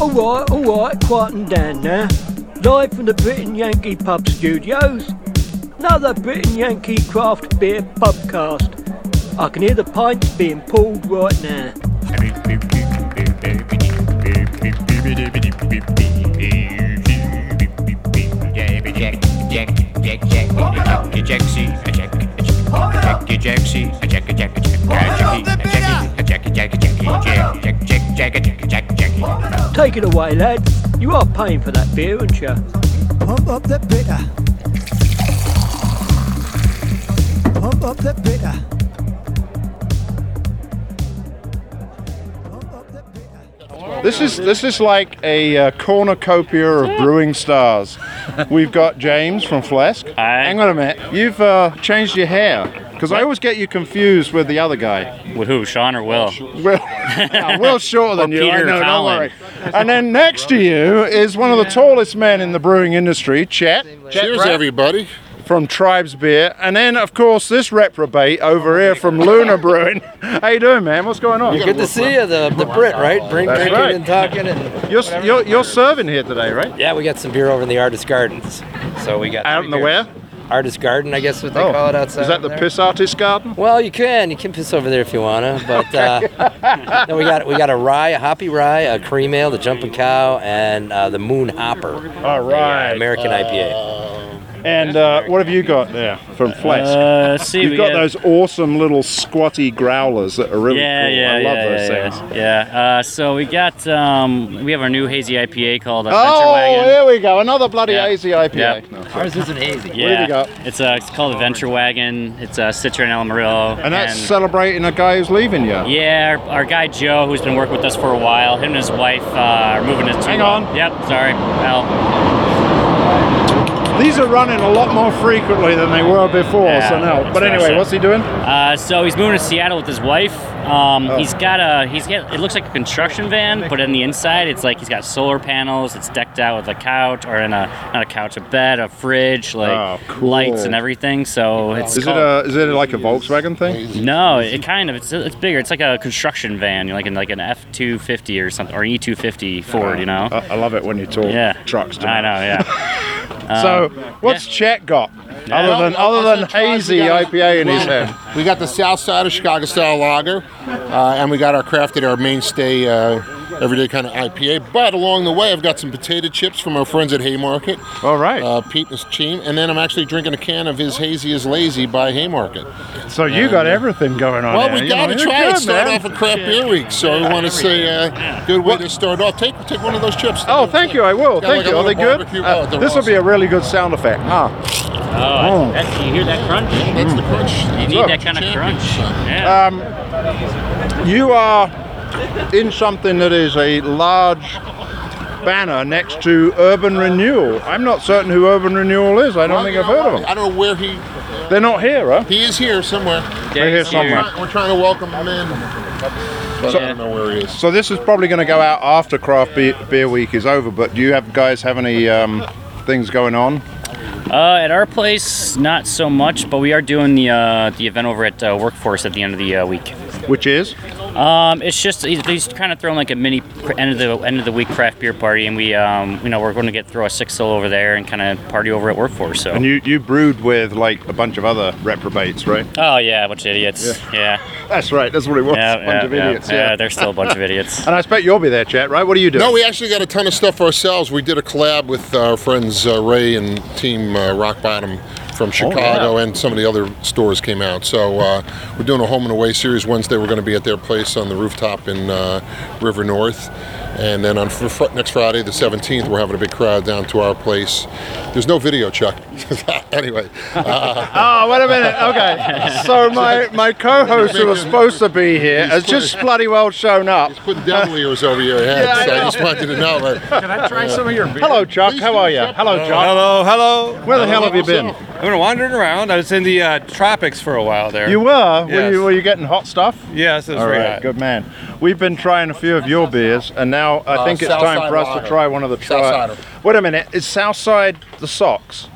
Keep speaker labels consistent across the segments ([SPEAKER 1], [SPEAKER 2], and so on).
[SPEAKER 1] Alright, alright, quieten down now. Live from the Britain Yankee Pub Studios. Another Britain Yankee Craft Beer Pubcast. I can hear the pints being pulled right now. Take it away, lad. You are paying for that beer, aren't you?
[SPEAKER 2] Pump up the bitter. Pump up the bitter. Pump up the bitter.
[SPEAKER 3] This is this is like a uh, cornucopia of brewing stars. We've got James from Flesk. Hang on a minute, you've uh, changed your hair because I always get you confused with the other guy.
[SPEAKER 4] With who, Sean or Will?
[SPEAKER 3] Will, yeah, Will shorter than you. I
[SPEAKER 4] Peter
[SPEAKER 3] know, don't
[SPEAKER 4] Collin.
[SPEAKER 3] worry. And then next to you is one of the tallest men in the brewing industry, Chet.
[SPEAKER 5] Cheers,
[SPEAKER 3] Chet Rapp
[SPEAKER 5] everybody.
[SPEAKER 3] From Tribes Beer, and then of course this reprobate over here from Luna Brewing. How you doing, man? What's going on?
[SPEAKER 6] Good to see you, the, the Brit, right? Bring
[SPEAKER 3] That's
[SPEAKER 6] drinking
[SPEAKER 3] right.
[SPEAKER 6] and talking, and
[SPEAKER 3] You're, you're, you're serving here today, right?
[SPEAKER 6] yeah, we got some beer over in the Artist Gardens. So we got
[SPEAKER 3] Out
[SPEAKER 6] three
[SPEAKER 3] in the
[SPEAKER 6] beers.
[SPEAKER 3] where? Oh,
[SPEAKER 6] Artist Garden, I guess what they call it outside.
[SPEAKER 3] Is that
[SPEAKER 6] over
[SPEAKER 3] the
[SPEAKER 6] there.
[SPEAKER 3] piss artist garden?
[SPEAKER 6] Well, you can you can piss over there if you wanna, but uh, then we got we got a rye, a hoppy rye, a cream ale, the jumping cow, and uh, the moon hopper,
[SPEAKER 3] All right.
[SPEAKER 6] American IPA.
[SPEAKER 3] And uh, what have you got there from Flesk?
[SPEAKER 4] Uh, let's see.
[SPEAKER 3] You've
[SPEAKER 4] we
[SPEAKER 3] got those awesome little squatty growlers that are really
[SPEAKER 4] Yeah,
[SPEAKER 3] cool.
[SPEAKER 4] yeah,
[SPEAKER 3] I
[SPEAKER 4] yeah,
[SPEAKER 3] love those
[SPEAKER 4] yeah,
[SPEAKER 3] things.
[SPEAKER 4] Yeah. yeah. Uh, so we got um, we have our new hazy IPA called uh, Venture
[SPEAKER 3] Oh,
[SPEAKER 4] Wagon.
[SPEAKER 3] here we go. Another bloody
[SPEAKER 4] Yeah.
[SPEAKER 3] hazy IPA.
[SPEAKER 4] Yeah.
[SPEAKER 3] No.
[SPEAKER 6] Ours isn't hazy.
[SPEAKER 4] Yeah.
[SPEAKER 3] do you got?
[SPEAKER 4] It's uh, it's called Adventure Wagon. It's uh, Citra and Amarillo.
[SPEAKER 3] And that's celebrating a guy who's leaving you.
[SPEAKER 4] yeah, our, our guy Joe, who's been working with us for a while, him and his wife uh, are moving to.
[SPEAKER 3] Hang on.
[SPEAKER 4] Yep. Sorry. Al.
[SPEAKER 3] These are running a lot more frequently than they were before,
[SPEAKER 4] Yeah,
[SPEAKER 3] so no.
[SPEAKER 4] that's
[SPEAKER 3] But
[SPEAKER 4] what I
[SPEAKER 3] anyway,
[SPEAKER 4] said.
[SPEAKER 3] what's he doing?
[SPEAKER 4] Uh, so he's moving to Seattle with his wife. Um,
[SPEAKER 3] Oh.
[SPEAKER 4] He's got a he's got it looks like a construction van, but on the inside it's like he's got solar panels. It's decked out with a couch or in a not a couch, a bed, a fridge, like
[SPEAKER 3] Oh, cool.
[SPEAKER 4] lights and everything. So it's
[SPEAKER 3] Is it
[SPEAKER 4] called-
[SPEAKER 3] a is it like a Volkswagen thing?
[SPEAKER 4] no, it kind of it's it's bigger. It's like a construction van, like in like an F two fifty or something or an E two fifty Ford, you know.
[SPEAKER 3] I, I love it when you talk
[SPEAKER 4] yeah,
[SPEAKER 3] Uh, trucks. to me.
[SPEAKER 4] I know. Yeah. Um,
[SPEAKER 3] So, what's Chet got other than other than
[SPEAKER 5] Also, Charles,
[SPEAKER 3] hazy
[SPEAKER 5] we got-
[SPEAKER 3] IPA in his hand?
[SPEAKER 5] We got the South Side of Chicago style lager, uh, and we got our crafted, our mainstay, uh, everyday kind of IPA. But along the way, I've got some potato chips from our friends at Haymarket.
[SPEAKER 3] All right.
[SPEAKER 5] Uh, Pete and his team, and then I'm actually drinking a can of his Hazy is Lazy by Haymarket.
[SPEAKER 3] So you got everything going on.
[SPEAKER 5] Well,
[SPEAKER 3] there.
[SPEAKER 5] we
[SPEAKER 3] Oh, You
[SPEAKER 5] got to
[SPEAKER 3] know, you're
[SPEAKER 5] try it.
[SPEAKER 3] good,
[SPEAKER 5] Start
[SPEAKER 3] man.
[SPEAKER 5] off a crap beer week, so I want to say uh, good way to start off. Take take one of those chips.
[SPEAKER 3] Oh, thank you. I will.
[SPEAKER 5] Got
[SPEAKER 3] Thank
[SPEAKER 5] like a
[SPEAKER 3] you. Are they
[SPEAKER 5] little
[SPEAKER 3] good?
[SPEAKER 5] barbecue-
[SPEAKER 3] Uh,
[SPEAKER 5] oh, they're
[SPEAKER 3] this will be a
[SPEAKER 5] awesome.
[SPEAKER 3] really good sound effect. Ah.
[SPEAKER 4] Oh, that's, that's, you hear that crunch?
[SPEAKER 5] That's the crunch.
[SPEAKER 4] You need
[SPEAKER 3] Look.
[SPEAKER 4] that kind of crunch. Yeah.
[SPEAKER 3] Um, you are in something that is a large banner next to Urban Renewal. I'm not certain who Urban Renewal is. I don't think I've heard of them.
[SPEAKER 5] I don't know where he
[SPEAKER 3] They're not here, huh?
[SPEAKER 5] he is here somewhere.
[SPEAKER 3] They're here
[SPEAKER 4] Dave's here.
[SPEAKER 3] somewhere.
[SPEAKER 5] We're trying to welcome him in, but I don't know where he is.
[SPEAKER 3] So this is probably going to go out after Craft Beer, beer Week is over. But do you have guys have any um, things going on?
[SPEAKER 4] Uh, at our place, not so much, but we are doing the uh, the event over at uh, Workforce at the end of the uh, week.
[SPEAKER 3] Which is?
[SPEAKER 4] Um, it's just he's, he's kind of throwing like a mini pr- end of the end of the week craft beer party, and we um, you know we're going to get throw a six solo over there and kind of party over at Workforce. So
[SPEAKER 3] And you you brewed with like a bunch of other reprobates, right?
[SPEAKER 4] oh yeah, a bunch of idiots. Yeah,
[SPEAKER 3] That's right. That's what it was.
[SPEAKER 4] yeah, yeah,
[SPEAKER 3] a bunch of
[SPEAKER 4] yeah,
[SPEAKER 3] idiots.
[SPEAKER 4] yeah.
[SPEAKER 3] Yeah.
[SPEAKER 4] They're still a bunch of idiots.
[SPEAKER 3] and I expect you'll be there, Chet, right? What are you doing?
[SPEAKER 5] No, we actually got a ton of stuff ourselves. We did a collab with our friends uh, Ray and Team uh, Rock Bottom from Chicago, and some of the other stores came out. So uh, we're doing a home and away series. Wednesday, we're going to be at their place on the rooftop in uh, River North, and then on fr- fr- next Friday, the 17th, we're having a big crowd down to our place. There's no video, Chuck. anyway, uh,
[SPEAKER 3] Oh, wait a minute. Okay. So my, my co-host who was supposed to be here has just bloody well shown up.
[SPEAKER 5] putting devil ears over your head.
[SPEAKER 3] Yeah, I
[SPEAKER 5] so I
[SPEAKER 3] know.
[SPEAKER 5] just wanted to know. Like,
[SPEAKER 3] Hello, Chuck. How are you? Hello, Chuck.
[SPEAKER 7] Hello, hello.
[SPEAKER 3] Where the hell have you been?
[SPEAKER 7] I've been wandering around. I was in the uh, tropics for a while there.
[SPEAKER 3] You were. Were
[SPEAKER 7] Yes.
[SPEAKER 3] you were you getting hot stuff?
[SPEAKER 7] Yes, it was
[SPEAKER 3] All
[SPEAKER 7] very
[SPEAKER 3] right.
[SPEAKER 7] hot.
[SPEAKER 3] Good man. We've been trying a few of your beers, and now I
[SPEAKER 5] Uh,
[SPEAKER 3] think it's
[SPEAKER 5] Southside
[SPEAKER 3] time for us to
[SPEAKER 5] Lager.
[SPEAKER 3] try one of the. Tri-
[SPEAKER 5] Southsider.
[SPEAKER 3] Wait a minute. Is Southside the socks?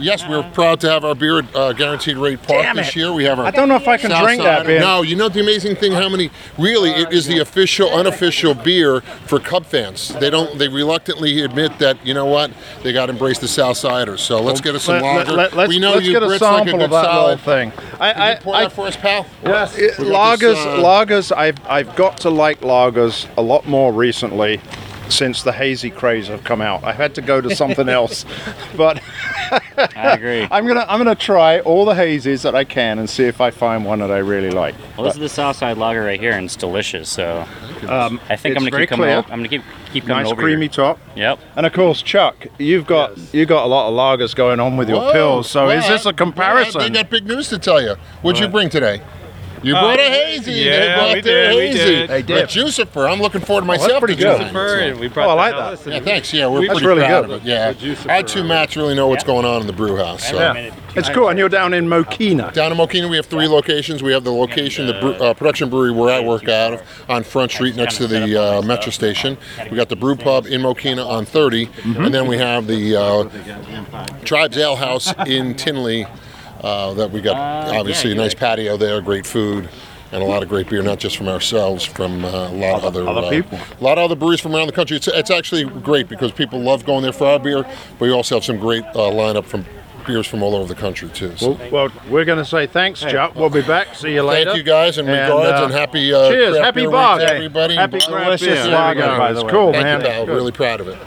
[SPEAKER 5] Yes, we're proud to have our beer at uh, Guaranteed Rate Park
[SPEAKER 3] Uh-huh. Damn
[SPEAKER 5] this
[SPEAKER 3] it.
[SPEAKER 5] year. We have our.
[SPEAKER 3] I don't know if I can
[SPEAKER 5] South
[SPEAKER 3] drink
[SPEAKER 5] Side-
[SPEAKER 3] that beer.
[SPEAKER 5] No, you know the amazing thing? How many? Really, it is the official, unofficial beer for Cub fans. They don't. They reluctantly admit that. You know what? They got to embrace the South Siders. So let's get us some
[SPEAKER 3] Let,
[SPEAKER 5] lager.
[SPEAKER 3] let, us
[SPEAKER 5] we know
[SPEAKER 3] let's
[SPEAKER 5] you
[SPEAKER 3] get a
[SPEAKER 5] Brits
[SPEAKER 3] sample
[SPEAKER 5] like a good
[SPEAKER 3] of that
[SPEAKER 5] solid.
[SPEAKER 3] little thing. I,
[SPEAKER 5] Can
[SPEAKER 3] I,
[SPEAKER 5] you pour
[SPEAKER 3] I,
[SPEAKER 5] that for us, pal?
[SPEAKER 3] Yes,
[SPEAKER 5] We got
[SPEAKER 3] it,
[SPEAKER 5] this,
[SPEAKER 3] lagers,
[SPEAKER 5] uh,
[SPEAKER 3] lagers. I've I've got to like lagers a lot more recently, since the hazy craze have come out. I've had to go to something else, but
[SPEAKER 4] I agree.
[SPEAKER 3] I'm gonna I'm gonna try all the hazies that I can and see if I find one that I really like.
[SPEAKER 4] Well, this is the Southside Lager right here, and it's delicious. So I think
[SPEAKER 3] Um, it's
[SPEAKER 4] I'm gonna
[SPEAKER 3] very
[SPEAKER 4] keep coming.
[SPEAKER 3] clear.
[SPEAKER 4] Over, I'm gonna keep keep coming
[SPEAKER 3] Nice
[SPEAKER 4] over
[SPEAKER 3] creamy
[SPEAKER 4] here.
[SPEAKER 3] top.
[SPEAKER 4] Yep.
[SPEAKER 3] And of course, Chuck, you've got you got a lot of lagers going on with your
[SPEAKER 5] Whoa,
[SPEAKER 3] pills. So is
[SPEAKER 5] wow.
[SPEAKER 3] this a
[SPEAKER 5] Wow, They
[SPEAKER 3] comparison?
[SPEAKER 5] got big news to tell you. What'd you bring today? You brought a hazy. they
[SPEAKER 7] yeah,
[SPEAKER 5] brought
[SPEAKER 7] we
[SPEAKER 5] their
[SPEAKER 7] did, we
[SPEAKER 5] hazy.
[SPEAKER 7] did. They
[SPEAKER 3] Oh, did. Oh,
[SPEAKER 5] A Jucifer. I'm looking forward to myself.
[SPEAKER 3] pretty
[SPEAKER 5] to
[SPEAKER 3] good.
[SPEAKER 5] Jucifer.
[SPEAKER 7] Fur, and we brought
[SPEAKER 3] Oh, I like
[SPEAKER 7] the
[SPEAKER 3] that.
[SPEAKER 7] Alice in
[SPEAKER 5] Yeah,
[SPEAKER 7] it.
[SPEAKER 5] thanks. Yeah, we're
[SPEAKER 3] That's
[SPEAKER 5] pretty
[SPEAKER 3] really
[SPEAKER 5] proud
[SPEAKER 3] good.
[SPEAKER 5] of it. Yeah, I too, Matt, really know what's going on in the brew house. So.
[SPEAKER 3] yeah, it's cool. And you're down in Mokina.
[SPEAKER 5] Down in Mokina, we have three locations. We have the location, the brew, uh, production brewery where I work out of on Front Street next to the uh, Metro Station. We got the brew pub in Mokina on 30, and then we have the uh, Tribes Ale House in Tinley. Uh, that we got obviously a nice patio there, great food, and a lot of great beer, not just from ourselves, from uh, a lot of other,
[SPEAKER 3] other
[SPEAKER 5] uh,
[SPEAKER 3] people.
[SPEAKER 5] a lot of other breweries from around the country. It's, it's actually great because people love going there for our beer, but we also have some great uh, lineup from beers from all over the country too. So.
[SPEAKER 3] Well, we're gonna say thanks, Chuck. We'll be back. See you later.
[SPEAKER 5] Thank you guys, and,
[SPEAKER 3] And,
[SPEAKER 5] regards,
[SPEAKER 3] uh,
[SPEAKER 5] and happy uh,
[SPEAKER 3] cheers,
[SPEAKER 5] craft
[SPEAKER 3] happy
[SPEAKER 5] beer week
[SPEAKER 3] bar
[SPEAKER 5] to
[SPEAKER 3] day.
[SPEAKER 5] everybody.
[SPEAKER 3] Happy
[SPEAKER 5] Bar-
[SPEAKER 3] craft Delicious beer.
[SPEAKER 5] There we
[SPEAKER 3] lager,
[SPEAKER 5] go.
[SPEAKER 3] by the It's way. cool,
[SPEAKER 5] Thank
[SPEAKER 3] man.
[SPEAKER 5] You, pal.
[SPEAKER 3] Good.
[SPEAKER 5] Really proud of it.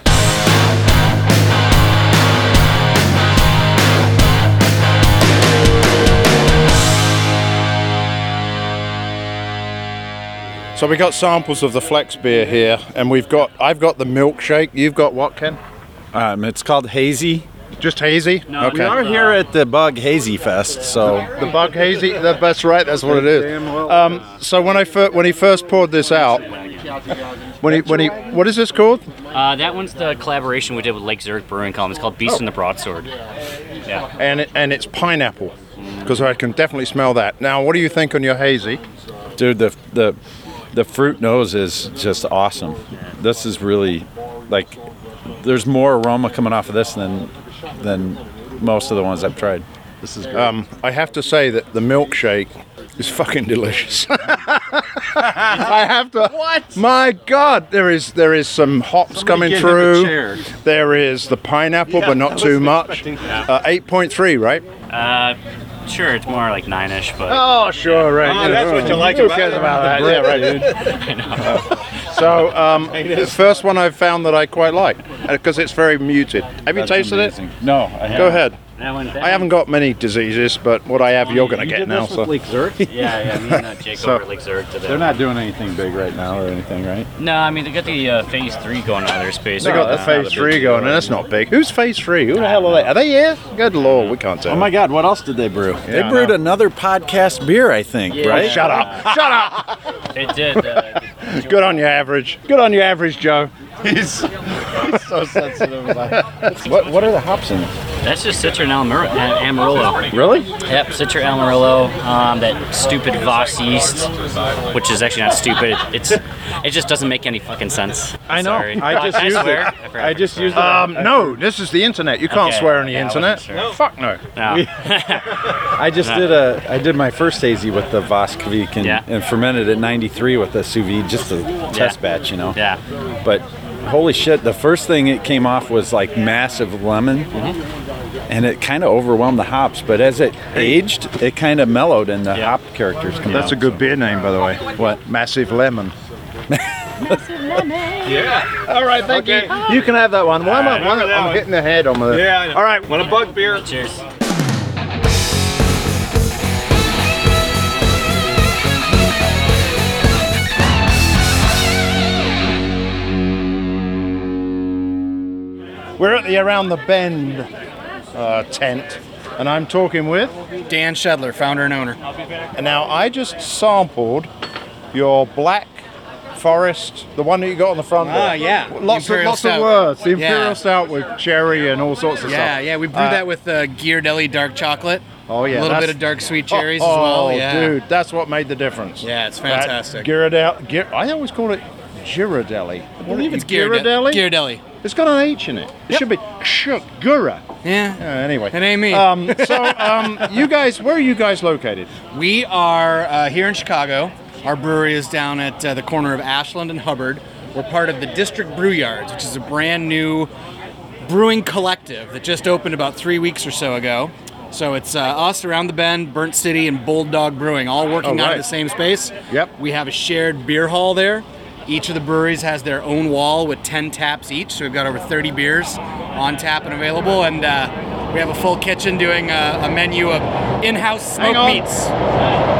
[SPEAKER 3] So we got samples of the flex beer here, and we've got I've got the milkshake. You've got what, Ken?
[SPEAKER 8] Um, it's called Hazy.
[SPEAKER 3] Just hazy.
[SPEAKER 4] No,
[SPEAKER 8] We are here at the Bug Hazy Fest, so Oh
[SPEAKER 3] The bug hazy. that- That's right. That's what it is. Um, so when I fir- when he first poured this out, when he when he what is this called?
[SPEAKER 4] Uh, that one's the collaboration we did with Lake Zurich Brewing Company. It's called
[SPEAKER 3] Oh.
[SPEAKER 4] Beast in the Broadsword. Yeah.
[SPEAKER 3] And it, and it's pineapple, because I can definitely smell that. Now, what do you think on your hazy?
[SPEAKER 8] dude, the the the fruit nose is just awesome. This is really like there's more aroma coming off of this than than most of the ones I've tried. This is good.
[SPEAKER 3] Um, I have to say that the milkshake is fucking delicious. I have to. What? My God, there is there is some hops coming
[SPEAKER 7] give him a
[SPEAKER 3] through.
[SPEAKER 7] chair.
[SPEAKER 3] There is the pineapple, but not too much. Uh, Eight point three, right?
[SPEAKER 4] Sure, it's more like nine-ish, but
[SPEAKER 3] Oh, sure, right.
[SPEAKER 7] Oh, that's what you like
[SPEAKER 3] Who
[SPEAKER 7] about
[SPEAKER 3] cares
[SPEAKER 7] it.
[SPEAKER 3] about that? Yeah, right, dude. Uh, so, um, the first one I've found that I quite like because it's very muted. Have you tasted it?
[SPEAKER 8] No, I haven't.
[SPEAKER 3] Go ahead.
[SPEAKER 4] that one. That
[SPEAKER 3] I haven't got many diseases, but what I have, you're going to get now. So.
[SPEAKER 4] Yeah, yeah. Me and uh, Jake
[SPEAKER 3] So-
[SPEAKER 4] over at Lake Zurich today.
[SPEAKER 8] They're not doing anything big right now or anything, right?
[SPEAKER 4] No, I mean they got the uh, phase three going on in their space. Uh,
[SPEAKER 3] They got the phase three going, and that's not big. Who's phase three? Who the hell are they? Are they here? Good lord, we can't tell.
[SPEAKER 8] Oh my God! What else did they brew?
[SPEAKER 3] I
[SPEAKER 8] they brewed
[SPEAKER 3] know.
[SPEAKER 8] another podcast beer, I think.
[SPEAKER 4] Yeah.
[SPEAKER 8] Right?
[SPEAKER 3] Shut up! Shut up!
[SPEAKER 4] It did. Uh,
[SPEAKER 3] Good on your average. Good on your average, Joe.
[SPEAKER 8] What, what are the hops in? it?
[SPEAKER 4] that's just Citra and Amar- and Amarillo.
[SPEAKER 8] Really?
[SPEAKER 4] Yep, Citra Amarillo, um, that stupid Voss yeast, which is actually not stupid. It's it just doesn't make any fucking sense. I know.
[SPEAKER 8] I just used
[SPEAKER 4] swear.
[SPEAKER 8] it. I just used it.
[SPEAKER 3] Um, no, this is the internet. You can't
[SPEAKER 4] Okay,
[SPEAKER 3] swear on the
[SPEAKER 4] yeah, I wasn't
[SPEAKER 3] internet.
[SPEAKER 4] sure.
[SPEAKER 3] Fuck no.
[SPEAKER 4] No.
[SPEAKER 8] I just did a I did my first hazy with the Voskvik and,
[SPEAKER 4] Yeah.
[SPEAKER 8] and fermented at 93 with a sous vide, just a test batch, you know.
[SPEAKER 4] Yeah.
[SPEAKER 8] But holy shit, the first thing it came off was like massive lemon, and it kind of overwhelmed the hops. But as it aged, it kind of mellowed, and the
[SPEAKER 4] Yeah.
[SPEAKER 8] hop characters come
[SPEAKER 3] That's
[SPEAKER 8] out,
[SPEAKER 3] a good beer name, by the way.
[SPEAKER 8] What?
[SPEAKER 3] Massive Lemon.
[SPEAKER 7] Yeah.
[SPEAKER 3] All right, thank
[SPEAKER 7] Okay.
[SPEAKER 3] you. You can have that one. Why am I? Why am I- I'm hitting the head on the.
[SPEAKER 7] Yeah. I know.
[SPEAKER 3] All right.
[SPEAKER 7] Want a bug beer?
[SPEAKER 4] Cheers.
[SPEAKER 3] We're at the Around the Bend uh, tent, and I'm talking with.
[SPEAKER 7] Dan Shedler, founder and owner.
[SPEAKER 3] And now I just sampled your black forest, the one that you got on the front.
[SPEAKER 7] Ah,
[SPEAKER 3] there.
[SPEAKER 7] yeah.
[SPEAKER 3] Lots of
[SPEAKER 7] Imperial
[SPEAKER 3] lots of
[SPEAKER 7] Stout.
[SPEAKER 3] words. The imperial
[SPEAKER 7] Yeah.
[SPEAKER 3] stout with cherry and all sorts of
[SPEAKER 9] Yeah,
[SPEAKER 3] stuff.
[SPEAKER 9] yeah, we brew
[SPEAKER 3] Uh,
[SPEAKER 9] that with uh, Ghirardelli dark chocolate.
[SPEAKER 3] Oh, yeah,
[SPEAKER 9] a little
[SPEAKER 3] that's-
[SPEAKER 9] bit of dark sweet cherries
[SPEAKER 3] oh,
[SPEAKER 9] as well.
[SPEAKER 3] oh,
[SPEAKER 9] Yeah,
[SPEAKER 3] dude, that's what made the difference.
[SPEAKER 9] Yeah, it's
[SPEAKER 3] That
[SPEAKER 9] fantastic.
[SPEAKER 3] Ghirardelli. Ghir- I always call it Ghirardelli.
[SPEAKER 9] I believe it's Ghirardelli. Ghirardelli.
[SPEAKER 3] It's got an H in it. It should be Shugura.
[SPEAKER 9] Yeah.
[SPEAKER 3] Uh, anyway.
[SPEAKER 9] It ain't me.
[SPEAKER 3] Um, so, um, you guys, where are you guys located?
[SPEAKER 9] We are uh, here in Chicago. Our brewery is down at uh, the corner of Ashland and Hubbard. We're part of the District Brew Yards, which is a brand new brewing collective that just opened about three weeks or so ago. So it's uh, us around the bend, Burnt City, and Bulldog Brewing, all working
[SPEAKER 3] Oh,
[SPEAKER 9] out
[SPEAKER 3] right.
[SPEAKER 9] of the same space.
[SPEAKER 3] Yep.
[SPEAKER 9] We have a shared beer hall there. Each of the breweries has their own wall with 10 taps each, so we've got over 30 beers on tap and available. And uh, we have a full kitchen doing uh, a menu of in-house
[SPEAKER 3] Hang
[SPEAKER 9] smoked
[SPEAKER 3] on.
[SPEAKER 9] meats.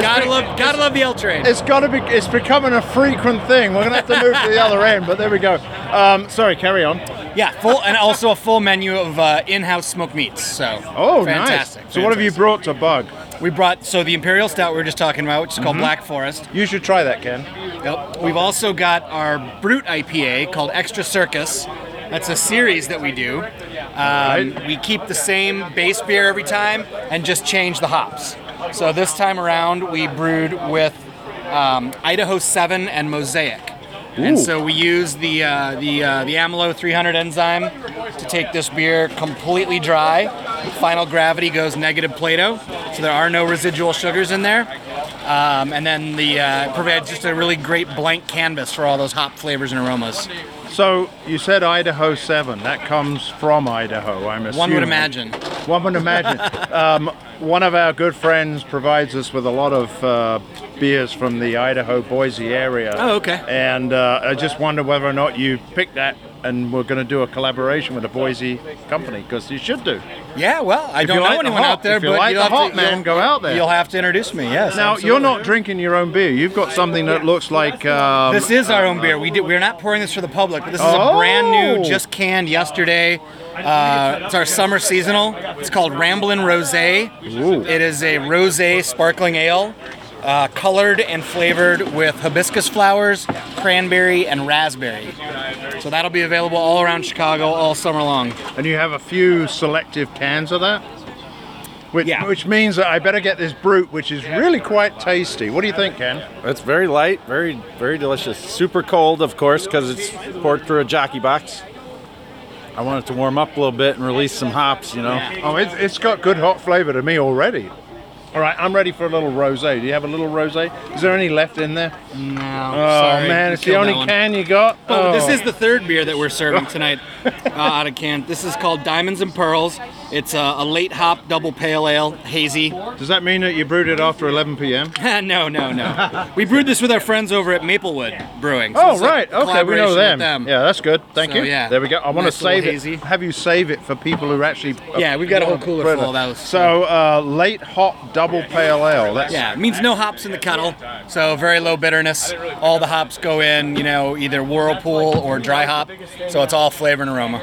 [SPEAKER 9] Gotta love, gotta love the L train.
[SPEAKER 3] It's got to be. It's becoming a frequent thing. We're gonna have to move to the other end, but there we go. Um, sorry, carry on.
[SPEAKER 9] Yeah, full and also a full menu of uh, in-house smoked meats. So
[SPEAKER 3] Oh,
[SPEAKER 9] fantastic.
[SPEAKER 3] nice. So, what have you
[SPEAKER 9] fantastic.
[SPEAKER 3] brought to Bug?
[SPEAKER 9] We brought so the imperial stout we were just talking about, which is called Black Forest.
[SPEAKER 3] You should try that, Ken.
[SPEAKER 9] Yep. We've also got our Brute IPA called Extra Circus. That's a series that we do. Um, We keep the same base beer every time and just change the hops. So this time around, we brewed with um, Idaho 7 and Mosaic. And so we use the uh, the uh, the Amylo 300 enzyme to take this beer completely dry. Final gravity goes negative Plato, so there are no residual sugars in there. Um, and then the uh, provides just a really great blank canvas for all those hop flavors and aromas.
[SPEAKER 3] So you said Idaho Seven. That comes from Idaho. I'm assuming.
[SPEAKER 9] One would imagine.
[SPEAKER 3] One would imagine. um, one of our good friends provides us with a lot of uh, beers from the Idaho Boise area.
[SPEAKER 9] Oh, okay.
[SPEAKER 3] And uh, I just wonder whether or not you picked that, and we're going to do a collaboration with a Boise company because you should do.
[SPEAKER 9] Yeah, well, I don't
[SPEAKER 3] you
[SPEAKER 9] know
[SPEAKER 3] like the
[SPEAKER 9] anyone
[SPEAKER 3] hop-
[SPEAKER 9] out there,
[SPEAKER 3] if you
[SPEAKER 9] but
[SPEAKER 3] like
[SPEAKER 9] you'll
[SPEAKER 3] the
[SPEAKER 9] have
[SPEAKER 3] hop,
[SPEAKER 9] to,
[SPEAKER 3] man,
[SPEAKER 9] you'll-
[SPEAKER 3] go out there.
[SPEAKER 9] You'll have to introduce me. Yes.
[SPEAKER 3] Now
[SPEAKER 9] absolutely.
[SPEAKER 3] you're not drinking your own beer. You've got something that looks like um,
[SPEAKER 9] This is our own beer. We did, we're not pouring this for the public, but this is
[SPEAKER 3] Oh!
[SPEAKER 9] a brand new, just canned yesterday. Uh, it's our summer seasonal. It's called Ramblin' Rosé. It is a rosé sparkling ale, uh, colored and flavored with hibiscus flowers, cranberry, and raspberry. So that'll be available all around Chicago all summer long.
[SPEAKER 3] and you have a few selective cans of that. Which,
[SPEAKER 9] Yeah.
[SPEAKER 3] which means that I better get this brute, which is really quite tasty. What do you think, Ken?
[SPEAKER 8] It's very light, very very delicious. Super cold, of course, because it's poured through a jockey box. I want it to warm up a little bit and release some hops, you know.
[SPEAKER 3] Oh, it's, it's got good hot flavor to me already. All right, I'm ready for a little rosé. Do you have a little rosé? Is there any left in there?
[SPEAKER 9] No,
[SPEAKER 3] Oh man, it's the only can you got.
[SPEAKER 9] Oh, this is the third beer that we're serving tonight uh, out of can. This is called Diamonds and Pearls. It's a, a late hop double pale ale, hazy.
[SPEAKER 3] Does that mean that you brewed it after 11 p.m.?
[SPEAKER 9] no, no, no. We brewed this with our friends over at Maplewood Brewing. so
[SPEAKER 3] Oh
[SPEAKER 9] it's a
[SPEAKER 3] right, okay, we
[SPEAKER 9] collaboration
[SPEAKER 3] know
[SPEAKER 9] with
[SPEAKER 3] them.
[SPEAKER 9] them.
[SPEAKER 3] Yeah, that's good. Thank
[SPEAKER 9] So,
[SPEAKER 3] you.
[SPEAKER 9] yeah.
[SPEAKER 3] There we go. I want
[SPEAKER 9] Nice
[SPEAKER 3] to
[SPEAKER 9] little
[SPEAKER 3] save
[SPEAKER 9] hazy.
[SPEAKER 3] it. Have you save it for people who actually? uh,
[SPEAKER 9] Yeah, we've got a whole cooler full of those.
[SPEAKER 3] So uh, late hop double pale ale. That's
[SPEAKER 9] Yeah, it means no hops in the kettle, so very low bitterness. All the hops go in, you know, either whirlpool or dry hop, so it's all flavor and aroma.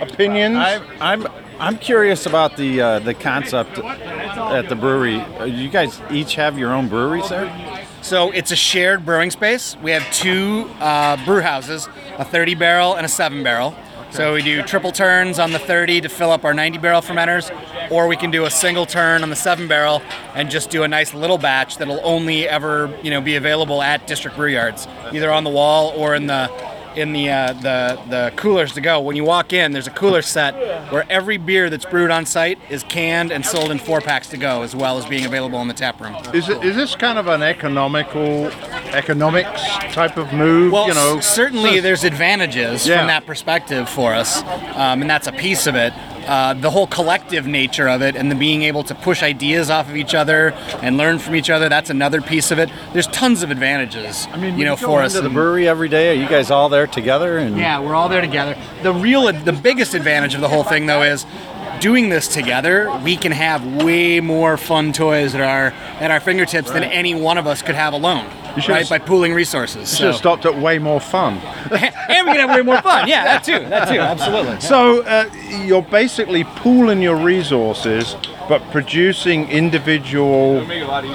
[SPEAKER 3] opinions.
[SPEAKER 8] I, I'm I'm curious about the uh, the concept at the brewery. Uh, You guys each have your own breweries there.
[SPEAKER 9] So it's a shared brewing space. We have two uh, brew houses, a 30 barrel and a 7 barrel. So we do triple turns on the 30 to fill up our 90 barrel fermenters, or we can do a single turn on the 7 barrel and just do a nice little batch that'll only ever you know be available at district brew yards, either on the wall or in the in the uh, the the coolers to go. When you walk in, there's a cooler set where every beer that's brewed on site is canned and sold in four packs to go, as well as being available in the tap room.
[SPEAKER 3] Is, it, is this kind of an economical, economics type of move?
[SPEAKER 9] Well,
[SPEAKER 3] you know,
[SPEAKER 9] c- certainly there's advantages
[SPEAKER 3] Yeah.
[SPEAKER 9] from that perspective for us, um, and that's a piece of it. Uh, the whole collective nature of it and the being able to push ideas off of each other and learn from each other, that's another piece of it. There's tons of advantages,
[SPEAKER 8] I mean,
[SPEAKER 9] you know,
[SPEAKER 8] go
[SPEAKER 9] for us.
[SPEAKER 8] into the
[SPEAKER 9] and-
[SPEAKER 8] brewery every day. Are you guys all there together? And
[SPEAKER 9] yeah, we're all there together. The real, the biggest advantage of the whole thing, though, is doing this together. We can have way more fun toys at our at our fingertips than any one of us could have alone.
[SPEAKER 3] should've
[SPEAKER 9] Right,
[SPEAKER 3] s-
[SPEAKER 9] by pooling resources.
[SPEAKER 3] should have
[SPEAKER 9] so-
[SPEAKER 3] stopped at way more fun.
[SPEAKER 9] and we can have way more fun. Yeah, that too. That too. Absolutely.
[SPEAKER 3] So uh, you're basically pooling your resources, but producing individual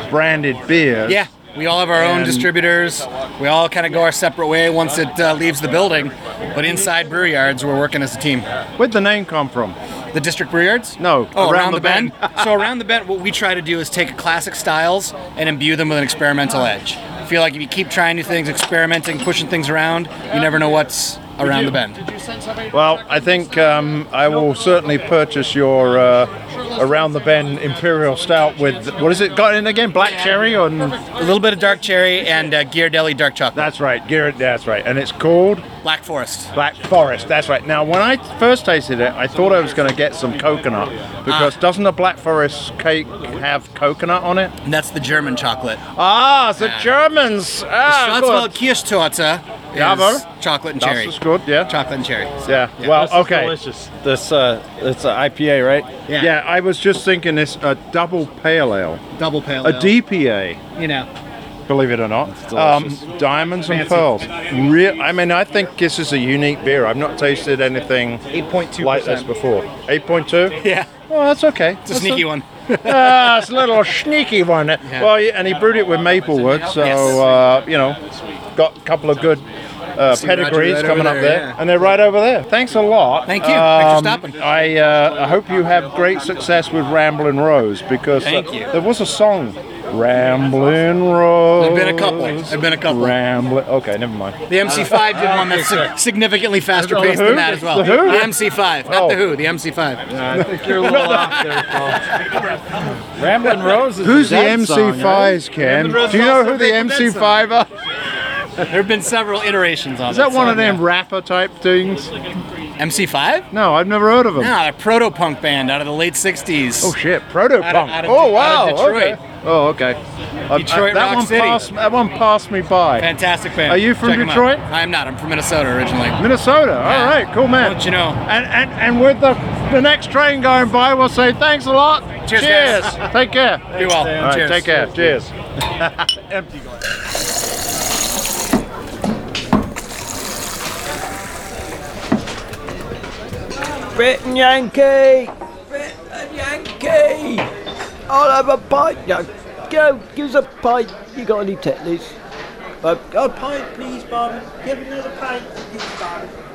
[SPEAKER 3] branded beers.
[SPEAKER 9] Yeah, we all have our own
[SPEAKER 3] And-
[SPEAKER 9] distributors. We all kind of go our separate way once it uh, leaves the building. But inside brew yards, we're working as a team.
[SPEAKER 3] Where'd the name come from?
[SPEAKER 9] The district brew yards?
[SPEAKER 3] No,
[SPEAKER 9] Oh,
[SPEAKER 3] around
[SPEAKER 9] around,
[SPEAKER 3] the
[SPEAKER 9] the bend. so around the bend, what we try to do is take classic styles and imbue them with an experimental edge. I feel like if you keep trying new things, experimenting, pushing things around, you never know what's around the bend.
[SPEAKER 3] Well, I think um, I will certainly purchase your uh, around the bend imperial stout with what is it got in again? Black cherry on?
[SPEAKER 9] A little bit of dark cherry and uh, Ghirardelli dark chocolate.
[SPEAKER 3] That's right, Garrett. That's right, and it's called
[SPEAKER 9] Black Forest.
[SPEAKER 3] Black Forest. That's right. Now, when I first tasted it, I thought I was going to get some coconut because doesn't the Black Forest cake have coconut on it?
[SPEAKER 9] And that's the German chocolate.
[SPEAKER 3] Ah, the Germans. Ah,
[SPEAKER 9] Schwarzwald
[SPEAKER 3] good.
[SPEAKER 9] Kirschtorte is
[SPEAKER 3] Jawohl.
[SPEAKER 9] chocolate and
[SPEAKER 3] Das
[SPEAKER 9] cherry.
[SPEAKER 3] ist good. Yeah.
[SPEAKER 9] Chocolate and cherry.
[SPEAKER 3] Yeah. Well,
[SPEAKER 8] This is
[SPEAKER 3] okay.
[SPEAKER 8] Delicious. This uh, it's an IPA, right?
[SPEAKER 3] Yeah. I was just thinking this a double pale ale,
[SPEAKER 9] Double pale.
[SPEAKER 3] a
[SPEAKER 9] ale.
[SPEAKER 3] DPA.
[SPEAKER 9] You know.
[SPEAKER 3] Believe it or not, um, diamonds and pearls. Real, I mean, I think this is a unique beer. I've not tasted anything
[SPEAKER 9] 8.2%.
[SPEAKER 3] like this before. 8.2.
[SPEAKER 9] Yeah.
[SPEAKER 3] Oh, that's okay.
[SPEAKER 9] It's a sneaky one.
[SPEAKER 3] Ah, it's a little sneaky one. Well, yeah, and he brewed it with maple wood, so uh, you know, got a couple of good uh,
[SPEAKER 9] Roger
[SPEAKER 3] pedigrees
[SPEAKER 9] right over
[SPEAKER 3] coming up
[SPEAKER 9] there,
[SPEAKER 3] there,
[SPEAKER 9] yeah.
[SPEAKER 3] and they're right over there. Thanks a lot. Um,
[SPEAKER 9] Thank you. Thanks for stopping.
[SPEAKER 3] I uh, I hope you have great success with Ramblin' Rose because uh,
[SPEAKER 9] Thank you.
[SPEAKER 3] there was a song. Ramblin' Rose.
[SPEAKER 9] There've been a couple. There've been a couple.
[SPEAKER 3] Ramblin'. Okay, never mind.
[SPEAKER 9] The MC5 did one that's sig- significantly faster
[SPEAKER 3] The
[SPEAKER 9] paced
[SPEAKER 3] who?
[SPEAKER 9] than that as well.
[SPEAKER 3] The who? Oh.
[SPEAKER 9] MC5, not the Who, the MC5.
[SPEAKER 10] I think you're a little off there, Paul. Ramblin' Rose is
[SPEAKER 3] Who's the
[SPEAKER 10] Zed's song, right?
[SPEAKER 3] MC5s, Ken?
[SPEAKER 10] Ramblin' Rose
[SPEAKER 3] Do you
[SPEAKER 10] is
[SPEAKER 3] know
[SPEAKER 10] also
[SPEAKER 3] who the
[SPEAKER 10] David Zed's song.
[SPEAKER 3] MC5 are?
[SPEAKER 9] There have been several iterations on
[SPEAKER 3] Is that
[SPEAKER 9] that
[SPEAKER 3] one
[SPEAKER 9] song,
[SPEAKER 3] of them rapper type things?
[SPEAKER 9] yeah. MC5?
[SPEAKER 3] No, I've never heard of them.
[SPEAKER 9] No, a proto punk band out of the late 60s.
[SPEAKER 3] Oh shit, proto
[SPEAKER 9] Out of-
[SPEAKER 3] punk.
[SPEAKER 9] out of-
[SPEAKER 3] Oh
[SPEAKER 9] out
[SPEAKER 3] wow.
[SPEAKER 9] of
[SPEAKER 3] okay.
[SPEAKER 9] Detroit.
[SPEAKER 3] Oh okay. I- I-
[SPEAKER 9] Detroit,
[SPEAKER 3] that
[SPEAKER 9] Rock
[SPEAKER 3] one
[SPEAKER 9] City.
[SPEAKER 3] passed. That one passed me by.
[SPEAKER 9] Fantastic band.
[SPEAKER 3] Are you from
[SPEAKER 9] Check 'em out.
[SPEAKER 3] Detroit?
[SPEAKER 9] I am not. I'm from Minnesota originally.
[SPEAKER 3] Minnesota.
[SPEAKER 9] Yeah.
[SPEAKER 3] All right, cool man.
[SPEAKER 9] Don't you know.
[SPEAKER 3] And and and with the the next train going by, we'll say thanks a lot.
[SPEAKER 9] Cheers, guys.
[SPEAKER 3] Take care. All
[SPEAKER 9] Be well.
[SPEAKER 3] right,
[SPEAKER 9] Cheers.
[SPEAKER 3] take care. Cheers.
[SPEAKER 1] Britain Yankee! Britain Yankee! I'll have a pint. No, go, give us a pint. You got any tetanus? Uh, a pint, please, Barman. Give another pint, please, Barman.